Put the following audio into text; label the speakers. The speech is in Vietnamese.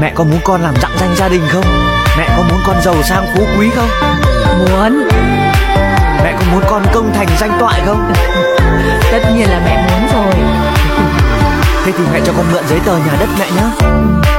Speaker 1: Mẹ có muốn con làm dạng danh gia đình không? Mẹ có muốn con giàu sang phú quý không?
Speaker 2: muốn
Speaker 1: Mẹ có muốn con công thành danh toại không?
Speaker 2: tất nhiên là mẹ muốn rồi
Speaker 1: Thế thì mẹ cho con mượn giấy tờ nhà đất mẹ nhé.